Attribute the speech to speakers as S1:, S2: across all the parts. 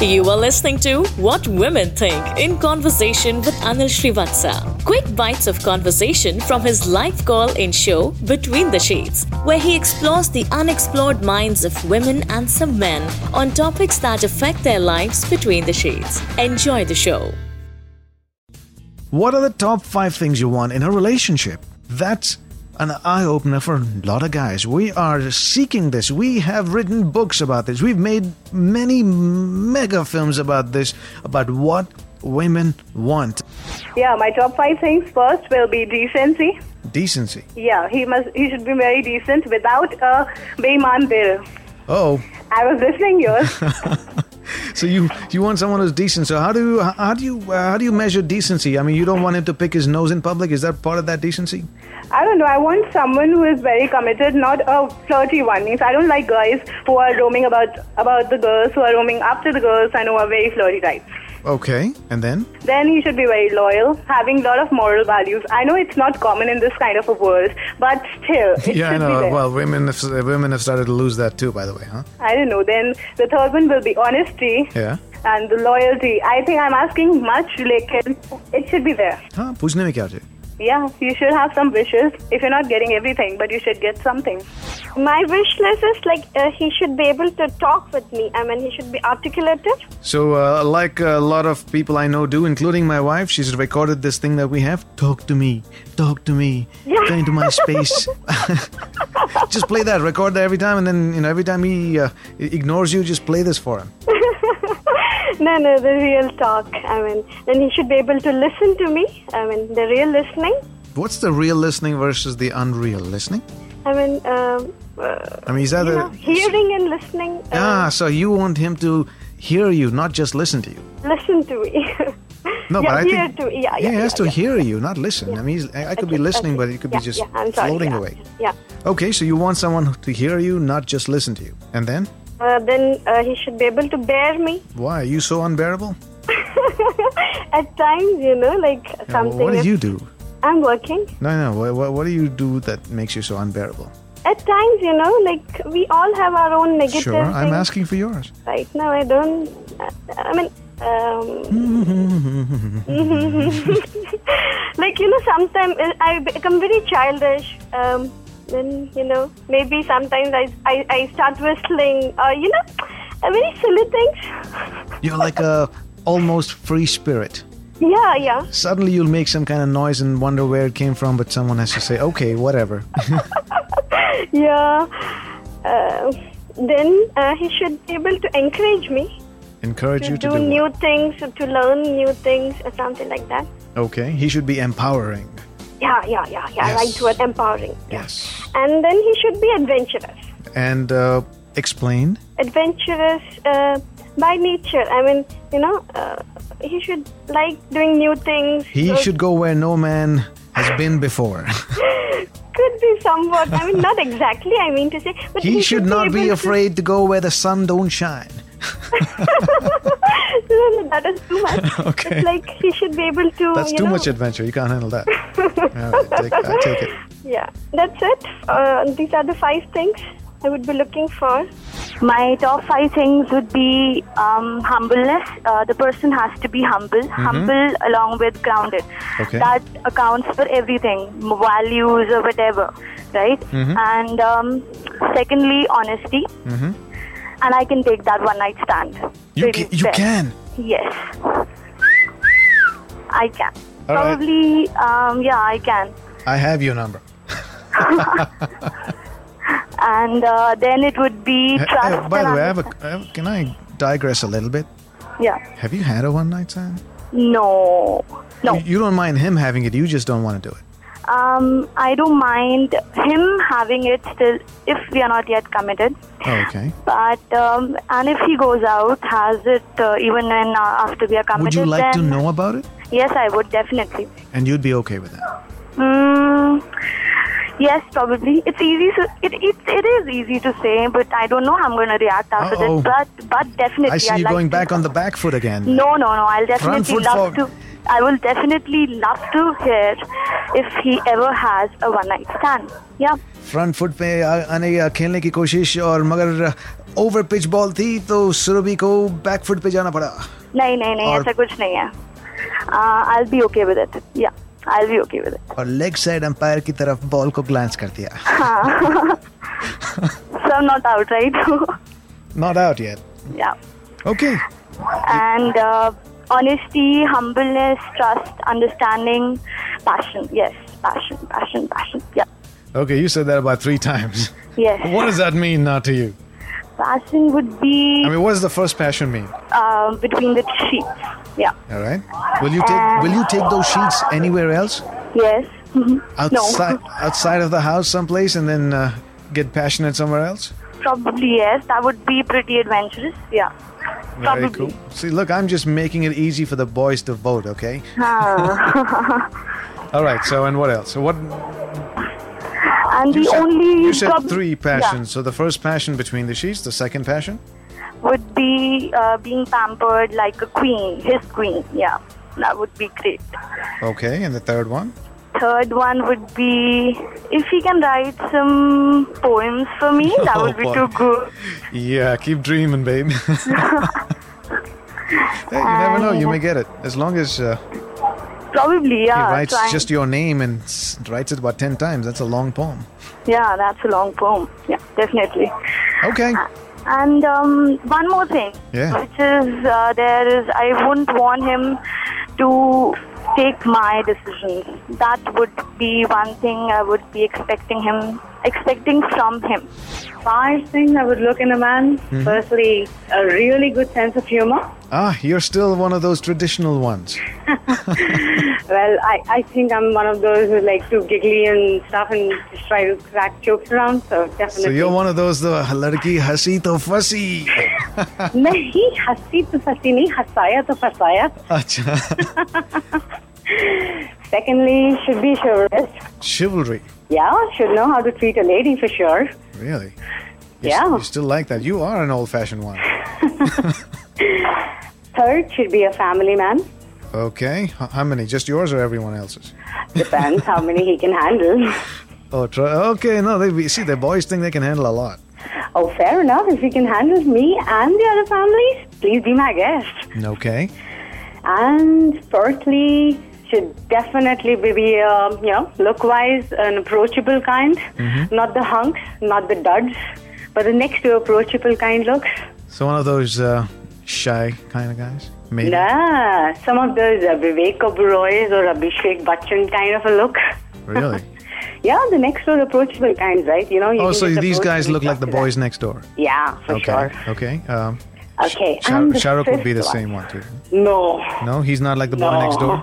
S1: You are listening to What Women Think in conversation with Anil Srivatsa. Quick bites of conversation from his live call in show Between the Shades, where he explores the unexplored minds of women and some men on topics that affect their lives between the shades. Enjoy the show.
S2: What are the top five things you want in a relationship? That's an eye opener for a lot of guys. We are seeking this. We have written books about this. We've made many mega films about this, about what women want.
S3: Yeah, my top five things first will be decency.
S2: Decency.
S3: Yeah, he must. He should be very decent without a Bayman there.
S2: Oh,
S3: I was listening yours.
S2: so you you want someone who's decent. So how do you how do you uh, how do you measure decency? I mean, you don't want him to pick his nose in public. Is that part of that decency?
S3: I don't know. I want someone who is very committed, not a flirty one. Means I don't like guys who are roaming about about the girls, who are roaming after the girls, and who are very flirty type.
S2: Okay, and then
S3: Then he should be very loyal, having lot of moral values. I know it's not common in this kind of a world, but still, it
S2: yeah, I
S3: should be
S2: know.
S3: there.
S2: Well, women have, women have started to lose that too, by the way, huh?
S3: I don't know. Then the third one will be honesty.
S2: Yeah.
S3: And the loyalty. I think I'm asking much, लेकिन it should be there.
S2: हाँ पूछने में क्या है
S3: Yeah, you should have some wishes. If you're not getting everything, but you should get something.
S4: My wish list is like uh, he should be able to talk with me. I mean, he should be articulative.
S2: So, uh, like a lot of people I know do, including my wife, she's recorded this thing that we have. Talk to me, talk to me,
S4: Yeah.
S2: get into my space. just play that, record that every time, and then you know every time he uh, ignores you, just play this for him.
S4: No, no, the real talk. I mean, then he should be able to listen to me. I mean, the real listening.
S2: What's the real listening versus the unreal listening?
S4: I mean, um, uh,
S2: I mean, is that
S4: you
S2: the
S4: know, hearing and listening. uh,
S2: ah? So you want him to hear you, not just listen to you.
S4: uh, Listen to me.
S2: No,
S4: yeah,
S2: but I
S4: hear
S2: think
S4: to me. Yeah,
S2: he
S4: yeah,
S2: has
S4: yeah,
S2: to
S4: yeah.
S2: hear you, not listen. I mean, he's, I, I could be
S4: Okay,
S2: listening,
S4: okay.
S2: but it could
S4: Yeah,
S2: be just
S4: yeah, I'm sorry,
S2: floating
S4: yeah,
S2: away.
S4: Yeah.
S2: Okay, so you want someone to hear you, not just listen to you. And then?
S4: Uh, then uh, he should be able to bear me
S2: Why? Are you so unbearable?
S4: at times. You know, like something.
S2: what do
S4: if-
S2: you do?
S4: I'm working.
S2: No, no. What, what, what do you do that makes you so unbearable?
S4: At times, you know, like we all have our own negative
S2: Sure, I'm
S4: things.
S2: asking for yours.
S4: Right now, I don't. Uh, I mean, um, like you know, sometimes I become very childish. Um, then you know, maybe sometimes I, I I start whistling or you know, uh, very silly things.
S2: You're like a almost free spirit.
S4: Yeah, yeah.
S2: Suddenly you'll make some kind of noise and wonder where it came from, but someone has to say, okay, whatever.
S4: Yeah. Uh, then uh, he should be able to encourage me
S2: Encourage
S4: to
S2: you to do
S4: do
S2: it.
S4: new things, to learn new things, or something like that.
S2: Okay, he should be empowering.
S4: Yeah, yeah, yeah, yeah.
S2: Yes.
S4: I like word empowering. Yeah.
S2: Yes.
S4: And then he should be adventurous.
S2: And uh, explain.
S4: Adventurous uh, by nature. I mean, you know, uh, he should like doing new things. Uh,
S2: He
S4: So
S2: should go where no man has been before.
S4: Could be somewhat. I mean, not exactly. I mean to say, but
S2: he should not be
S4: able
S2: afraid to go where the sun don't shine.
S4: To, no, no, that is too much.
S2: Okay.
S4: It's like he should be able to.
S2: That's too
S4: you know,
S2: much adventure. You can't handle that. All right, take, I take it.
S4: Yeah, that's it. Uh, these are the five things I would be looking for.
S5: My top five things would be um, humbleness. Uh, the person has to be humble, humble along with grounded.
S2: Mm-hmm. Okay.
S5: That accounts for everything, m- values or whatever, right?
S2: Mm-hmm.
S5: And um, secondly, honesty. And I can take that one night stand.
S2: You,
S5: Really
S2: ca- you
S5: fair.
S2: can.
S5: Yes, I can.
S2: All right.
S5: Probably, um, yeah, I can.
S2: I have your number.
S5: And uh, then it would be
S2: Hey,
S5: trust.
S2: hey, Eh, by
S5: and
S2: the way, I
S5: understanding.
S2: have a, I have- can I digress a little bit?
S5: yeah.
S2: Have you had a one night stand?
S5: No. No.
S2: You, you don't mind him having it, you just don't want to do it.
S5: Um, I don't mind him having it still if we are not yet committed.
S2: Oh, okay.
S5: But um, and if he goes out, has it uh, even when uh, after we are committed?
S2: Would you like to
S5: then-
S2: know about it?
S5: Yes, I would definitely.
S2: And you'd be okay with that.
S5: Mm, yes, probably. It's easy. So it, it it is easy to say, but I don't know how I'm going to react after
S2: Uh-oh.
S5: this. But but definitely,
S2: I see
S5: I'd
S2: you
S5: like
S2: going
S5: to-
S2: back on the back foot again.
S5: No, no, no. I'll
S2: Front
S5: definitely
S2: foot
S5: love
S2: for.
S5: to. I will definitely love to hear if he ever has a one night stand. Yeah.
S2: Front foot पे आ- आने या खेलने की कोशिश और मगर over pitch ball थी तो सुरभि को बैक फुट पे जाना पड़ा
S5: नहीं नहीं नहीं
S2: और-
S5: ऐसा कुछ नहीं है I be okay with it yeah I be okay with it
S2: और लेग साइड अंपायर की तरफ बॉल को ग्लांस कर दिया
S5: so not out right
S2: not out yet
S5: yeah
S2: okay
S5: and honesty humbleness trust understanding passion yes passion passion passion yeah
S2: okay you said that about 3 times
S5: Yes.
S2: What does that mean now to you?
S5: Passion would be
S2: I mean, what does the first passion mean?
S5: uh, between the sheets. Yeah.
S2: All right. Will you take Will you take those sheets anywhere else
S5: Yes. Mhm.
S2: outside
S5: No.
S2: outside of the house, someplace, and then uh, get passionate somewhere else?
S5: Probably yes. That would be pretty adventurous. Yeah.
S2: Very
S5: Probably.
S2: cool. See, look, I'm just making it easy for the boys to vote. Okay. All right. So, and what else? So, what
S5: And the
S2: you said,
S5: only
S2: you said
S5: prob-
S2: three
S5: yeah,
S2: passions. So, the first passion between the sheets, the second passion,
S5: would be uh, being pampered like a queen, his queen. Yeah. That would be great.
S2: okay, and the third one.
S5: Third one would be if he can write some poems for me, that would be
S2: Oh, boy.
S5: too good.
S2: Yeah, keep dreaming, babe. hey, you never know. You may get it as long as. Uh,
S5: Probably,
S2: He
S5: yeah.
S2: writes
S5: trying-
S2: just your name and s- writes it about 10 times. That's a long poem.
S5: yeah, that's a long poem. Yeah, definitely.
S2: Okay.
S5: And um, one more thing,
S2: Yeah.
S5: which is uh, there is I wouldn't want him to take my decisions. That would be one thing I would be expecting him, expecting from him.
S3: First thing I would look in a man,
S2: Mm-hmm.
S3: firstly, a really good sense of humor.
S2: Ah, you're still one of those traditional ones.
S3: Well, I, I think I'm one of those who like to giggly and stuff and just try to crack jokes around, so definitely.
S2: So you're one of those, the larki hasi to fussy.
S3: नहीं हंसी तो फंसी नहीं हंसाया तो फंसाया
S2: Acha.
S3: Secondly, should be chivalrous.
S2: Chivalry.
S3: Yeah, should know how to treat a lady for sure.
S2: Really? You s-
S3: Yeah.
S2: You still like that. You are an old fashioned one.
S3: Third, should be a family man.
S2: Okay. H- how many? Just yours or everyone else's?
S3: Depends how many he can handle.
S2: Oh, try- okay. No, they we- see, the boys think they can handle a lot.
S3: Oh, fair enough. If he can handle me and the other families, please be my guest.
S2: Okay.
S3: And fourthly, should definitely be, be uh, you know, look-wise an approachable kind,
S2: Mm-hmm.
S3: not the hunks, not the duds, but the next to approachable kind looks.
S2: So one of those uh, shy kind of guys? Maybe.
S3: Nah, some of those uh, Vivek Oberoys or Abhishek Bachchan kind of a look.
S2: Really?
S3: Yeah, the next door approachable kinds, right? You know. You
S2: Oh,
S3: can
S2: so
S3: just
S2: these
S3: approach
S2: guys
S3: them and
S2: look like
S3: talk
S2: the
S3: to them.
S2: boys next door.
S3: Yeah, for sure.
S2: Okay. Um,
S3: Okay.
S2: Shah-
S3: and the
S2: Shahrukh would be the
S3: fifth
S2: same one too.
S3: No.
S2: No, he's not like the boy
S3: no.
S2: next door.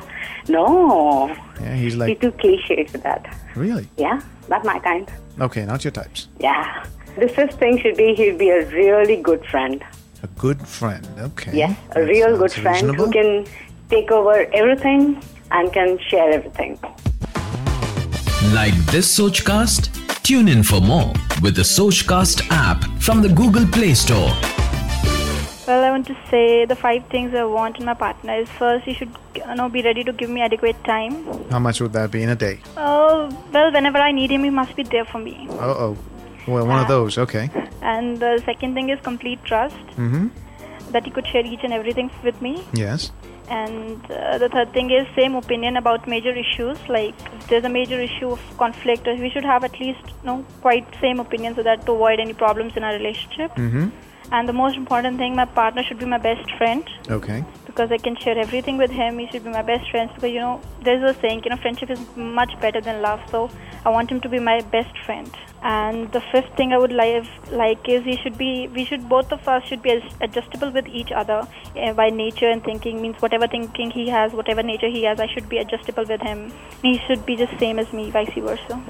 S3: No.
S2: Yeah, he's
S3: He
S2: like
S3: too cliche for that.
S2: really
S3: Yeah, not my kind.
S2: okay. Not your types.
S3: Yeah. The fifth thing should be he'd be a really good friend.
S2: A good friend. Okay.
S3: Yes, a
S2: That
S3: real good
S2: sounds
S3: friend
S2: reasonable.
S3: who can take over everything and can share everything.
S6: Like this Sochcast? Tune in for more with the Sochcast app from the Google Play Store.
S7: Well, I want to say the five things I want in my partner is first, he should you know be ready to give me adequate time.
S2: How much would that be in a day?
S7: Uh, well, whenever I need him, he must be there for me.
S2: Uh oh. Well,
S3: Uh,
S2: one of those. Okay.
S7: And the second thing is complete trust that he could share each and everything with me.
S2: Mm-hmm. Yes.
S7: And uh, the third thing is same opinion about major issues. Like if there's a major issue of conflict, we should have at least you know quite same opinion so that to avoid any problems in our relationship. And the most important thing, my partner should be my best friend.
S2: Okay.
S7: because I can share everything with him. He should be my best friend because you know there's a saying, you know, friendship is much better than love. So I want him to be my best friend. And the fifth thing I would like like is he should be we should both of us should be as- adjustable with each other uh, by nature and thinking means whatever thinking he has, whatever nature he has, I should be adjustable with him. He should be just same as me, vice versa.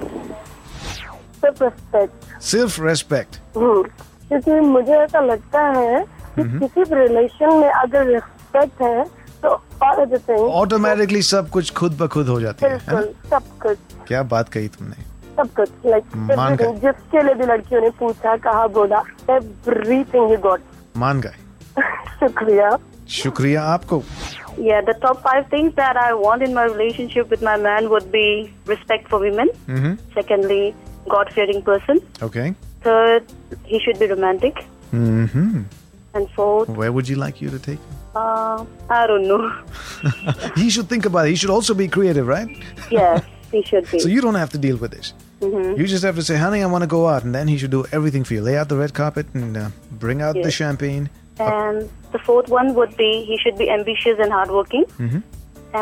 S8: सिर्फ respect
S2: Self-respect.
S8: हाँ, क्योंकि मुझे ऐसा लगता है कि किसी भी रिलेशन में अगर रिस्पेक्ट है तो और other things-
S2: Automatically, सब कुछ खुद ब खुद हो जाती है, है ना?
S8: बिल्कुल सब कुछ
S2: क्या बात कही तुमने?
S8: सब कुछ
S2: मान
S8: लाइक
S2: गए।
S8: जिसके लिए भी लड़कियों ने पूछा कहा बोला एवरीथिंग यू गॉट
S2: मान गए.
S8: शुक्रिया
S2: शुक्रिया आपको.
S3: Yeah, the top five things that I want in my relationship with my man would be respect for women.
S2: Mhm.
S3: Secondly, God fearing person.
S2: Okay.
S3: Third, he should be romantic.
S2: hmm
S3: And fourth,
S2: Where would you like you to take?
S3: uh, I don't know.
S2: He should think about it. He should also be creative, right?
S3: yes, he should be. Mm-hmm.
S2: So you don't have to deal with this. You just have to say, "Honey, I want to go out," and then he should do everything for you. Lay out the red carpet and uh, bring out the
S3: Yes.
S2: champagne.
S3: and the fourth one would be he should be ambitious and hardworking.
S2: Mm-hmm.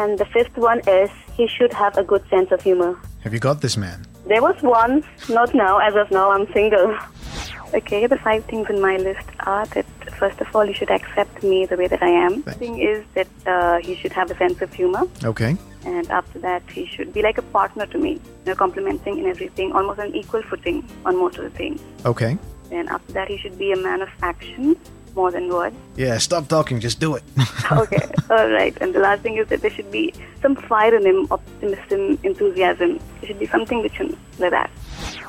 S3: And the fifth one is he should have a good sense of humor.
S2: Have you got this, man?
S3: There was one, not now, as of now, I'm single. Okay, the five things in my list are that first of all, you should accept me the way that I am.
S2: Thanks.
S3: thing is that uh, he should have a sense of humor,
S2: Okay.
S3: and after that, he should be like a partner to me, you know, complimenting in everything, almost on equal footing on most of the things.
S2: Okay.
S3: Then after that, he should be a man of action more than words.
S2: Yeah. Stop talking. Just do it.
S3: Okay, all right. And the last thing is that there should be some fire in him, optimism, enthusiasm. There should be something which him like that.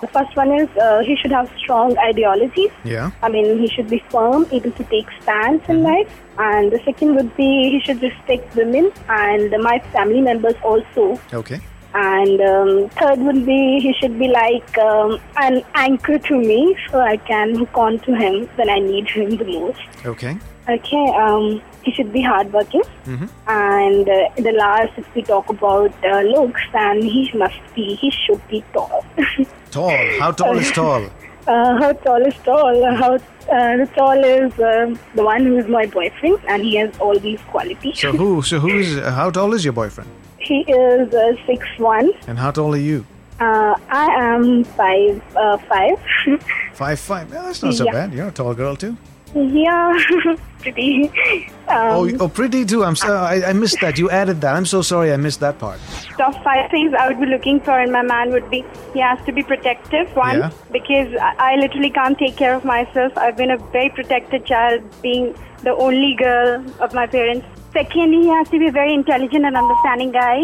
S9: The first one is uh, he should have strong ideologies.
S2: Yeah.
S9: I mean, he should be firm, able to take stands in life. And the second would be he should respect women and my family members also.
S2: Okay.
S9: And um, third would be he should be like um, an anchor to me so I can hook on to him when I need him the most.
S2: Okay.
S9: Okay, um, he should be hardworking.
S2: Mm-hmm.
S9: And uh, the last, if we talk about uh, looks, then he must be, he should be tall.
S2: Tall. How tall is tall?
S9: Uh, how tall is tall? How uh, tall is um the one who is my boyfriend, and he has all these qualities.
S2: So who? So who is? How tall is your boyfriend?
S9: he is uh, six one.
S2: And how tall are you?
S9: Uh, I am five uh, five.
S2: Five five. Yeah, Oh, that's not so
S9: Yeah.
S2: bad. You're a tall girl too.
S9: yeah, pretty.
S2: Oh,
S9: Um,
S2: oh, pretty too. I'm so I, I missed that. You added that. I'm so sorry. I missed that part.
S10: top five things I would be looking for in my man would be he has to be protective. One,
S2: Yeah.
S10: because I I literally can't take care of myself. I've been a very protected child, being the only girl of my parents. Secondly, he has to be a very intelligent and understanding guy.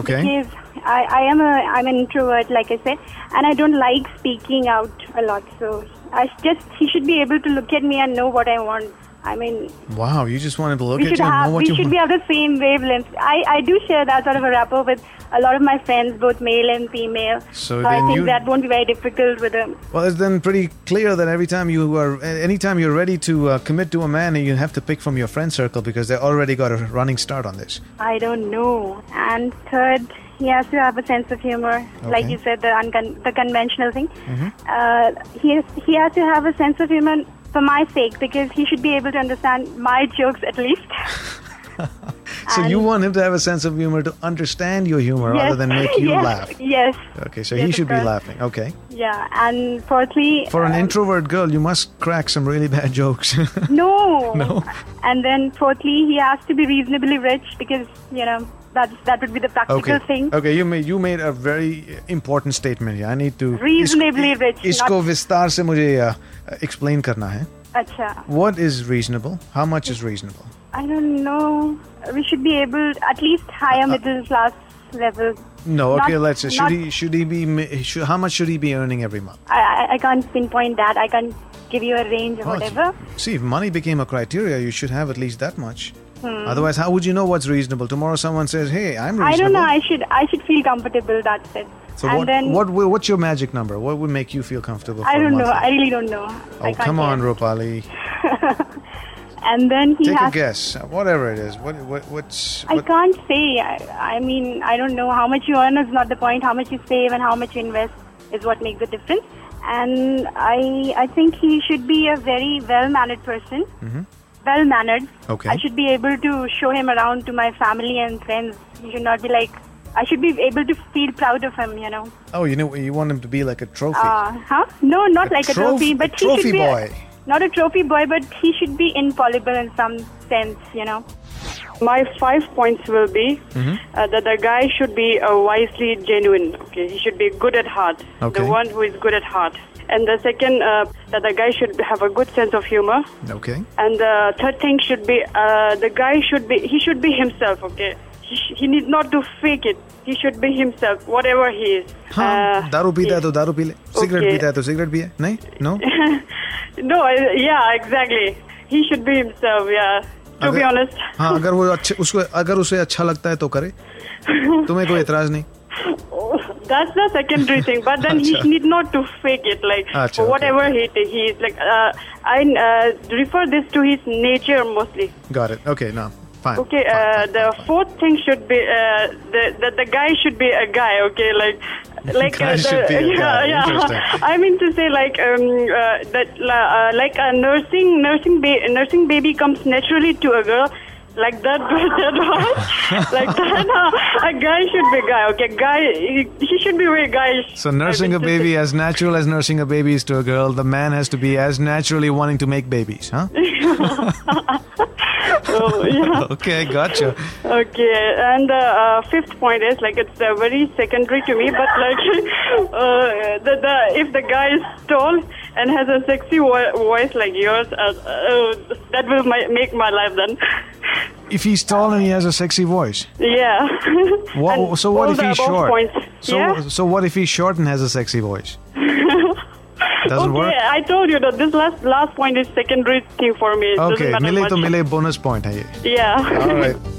S2: Okay.
S10: Because I, I am a I'm an introvert, like I said, and I don't like speaking out a lot. So I just he should be able to look at me and know what I want. I mean,
S2: Wow, you just wanted to look
S10: we
S2: at
S10: should
S2: you and
S10: have
S2: know what
S10: we
S2: you
S10: should
S2: want.
S10: be on the same wavelength. I, I do share that sort of a rapport with a lot of my friends, both male and female.
S2: So
S10: I
S2: then
S10: think
S2: you-
S10: that won't be very difficult with them.
S2: Well, it's then pretty clear that every time you are, anytime you're ready to uh, commit to a man, you have to pick from your friend circle because they already got a running start on this.
S10: I don't know. And third, he has to have a sense of humor, like
S2: Okay.
S10: you said, the uncon- the conventional thing. Uh, he has, he has to have a sense of humor for my sake because he should be able to understand my jokes at least.
S2: So you want him to have a sense of humor to understand your humor rather than make you
S10: Um, yes,
S2: laugh.
S10: Yes.
S2: Okay, so
S10: Yes,
S2: he
S10: of
S2: should be
S10: course.
S2: laughing. Okay.
S10: Yeah. And fourthly,
S2: For an
S10: uh,
S2: introvert girl, you must crack some really bad jokes.
S10: No.
S2: No?
S10: And then fourthly, he has to be reasonably rich because you know that that would be the practical
S2: okay.
S10: thing.
S2: Okay, you made you made a very important statement here. I need to
S10: Reasonably
S2: इसको,
S10: rich,
S2: इसको विस्तार से मुझे uh, explain करना है.
S10: Acha.
S2: What is reasonable? How much is reasonable?
S10: I don't know. We should be able at least higher middle class level.
S2: Uh, No,
S10: Not-
S2: okay. Let's say should
S10: not-
S2: he should he be ma- should, how much should he be earning every month?
S10: I, I I can't pinpoint that. I can't give you a range or
S2: Oh,
S10: whatever.
S2: See, if money became a criteria, you should have at least that much. Otherwise, how would you know what's reasonable? Tomorrow, someone says, "Hey, I'm reasonable."
S10: Hmm. Mm. I don't know. I should I should feel comfortable. That's it.
S2: so
S10: and
S2: what,
S10: then
S2: what will- what's your magic number? What would make you feel comfortable? For
S10: I
S2: a
S10: don't know.
S2: monthly?
S10: I really don't know. I
S2: oh,
S10: can't
S2: come on,
S10: guess.
S2: Rupali.
S10: And then he
S2: Take a
S10: has.
S2: guess. Whatever it is. What what what's
S10: I
S2: what,
S10: can't say. I, I mean, I don't know how much you earn is not the point. How much you save and how much you invest is what makes the difference. And I, I think he should be a very well-mannered person. Well-mannered.
S2: Mm-hmm. Okay.
S10: I should be able to show him around to my family and friends. He should not be like. I should be able to feel proud of him. You know.
S2: Oh, you know, you want him to be like a trophy.
S10: Uh, huh? No, not
S2: A
S10: like a
S2: troph-
S10: trophy, but
S2: a
S10: he
S2: trophy
S10: should be a-
S2: boy.
S10: not a trophy boy, but he should be infallible in some sense. You know.
S11: My five points will be
S2: Mm-hmm.
S11: uh, that the guy should be uh, wisely genuine. Okay, he should be good at heart.
S2: Okay.
S11: The one who is good at heart. And the second, uh, that the guy should have a good sense of humor.
S2: okay.
S11: And the third thing should be uh, the guy should be he should be himself. Okay, he, sh- he need not to fake it. He should be himself, whatever he is.
S2: हाँ
S11: Uh,
S2: दारू पीता है
S11: he-
S2: तो दारू P ले cigarette
S11: Okay.
S2: पीता है तो सिगरेट पिए नहीं no
S11: no, I- yeah, exactly. He should be himself. Yeah, to be honest.
S2: हाँ अगर वो अच्छे उसको अगर उसे अच्छा लगता है तो करे तुम्हें कोई एतराज नहीं
S11: Oh, That's the secondary thing, but then he
S2: Acha.
S11: need not to fake it. Like
S2: Acha, okay.
S11: whatever he he is like, uh, I uh, refer this to his nature mostly.
S2: Got it. Okay, now fine.
S11: Okay, uh, the fourth thing should be uh, the, the the guy should be a guy. Okay, like like
S2: Guy
S11: uh, the,
S2: should be a
S11: yeah,
S2: guy, interesting.
S11: yeah. I mean to say like um, uh, that la- uh, like a nursing nursing ba- nursing baby comes naturally to a girl. Like that, that was like that. Uh, a guy should be guy. Okay, guy. He, he should be very guyish.
S2: So nursing a baby as natural as nursing a baby is to a girl, the man has to be as naturally wanting to make babies, huh?
S11: Oh, yeah.
S2: okay, gotcha.
S11: Okay, and the uh, fifth point is like it's uh, very secondary to me, but like uh, the, the if the guy is tall and has a sexy vo- voice like yours, uh, uh, that will my, make my life then.
S2: If he's tall and he has a sexy voice.
S11: Yeah.
S2: What,
S11: And
S2: so what
S11: all
S2: if
S11: the
S2: he's
S11: above
S2: short?
S11: Points.
S2: So
S11: yeah.
S2: so what if he's short and has a sexy voice? Doesn't
S11: okay,
S2: work.
S11: I told you that this last last point is secondary thing for me. It doesn't
S2: Okay,
S11: matter
S2: mile
S11: much.
S2: to mile bonus point hai ye.
S11: Yeah.
S2: All right.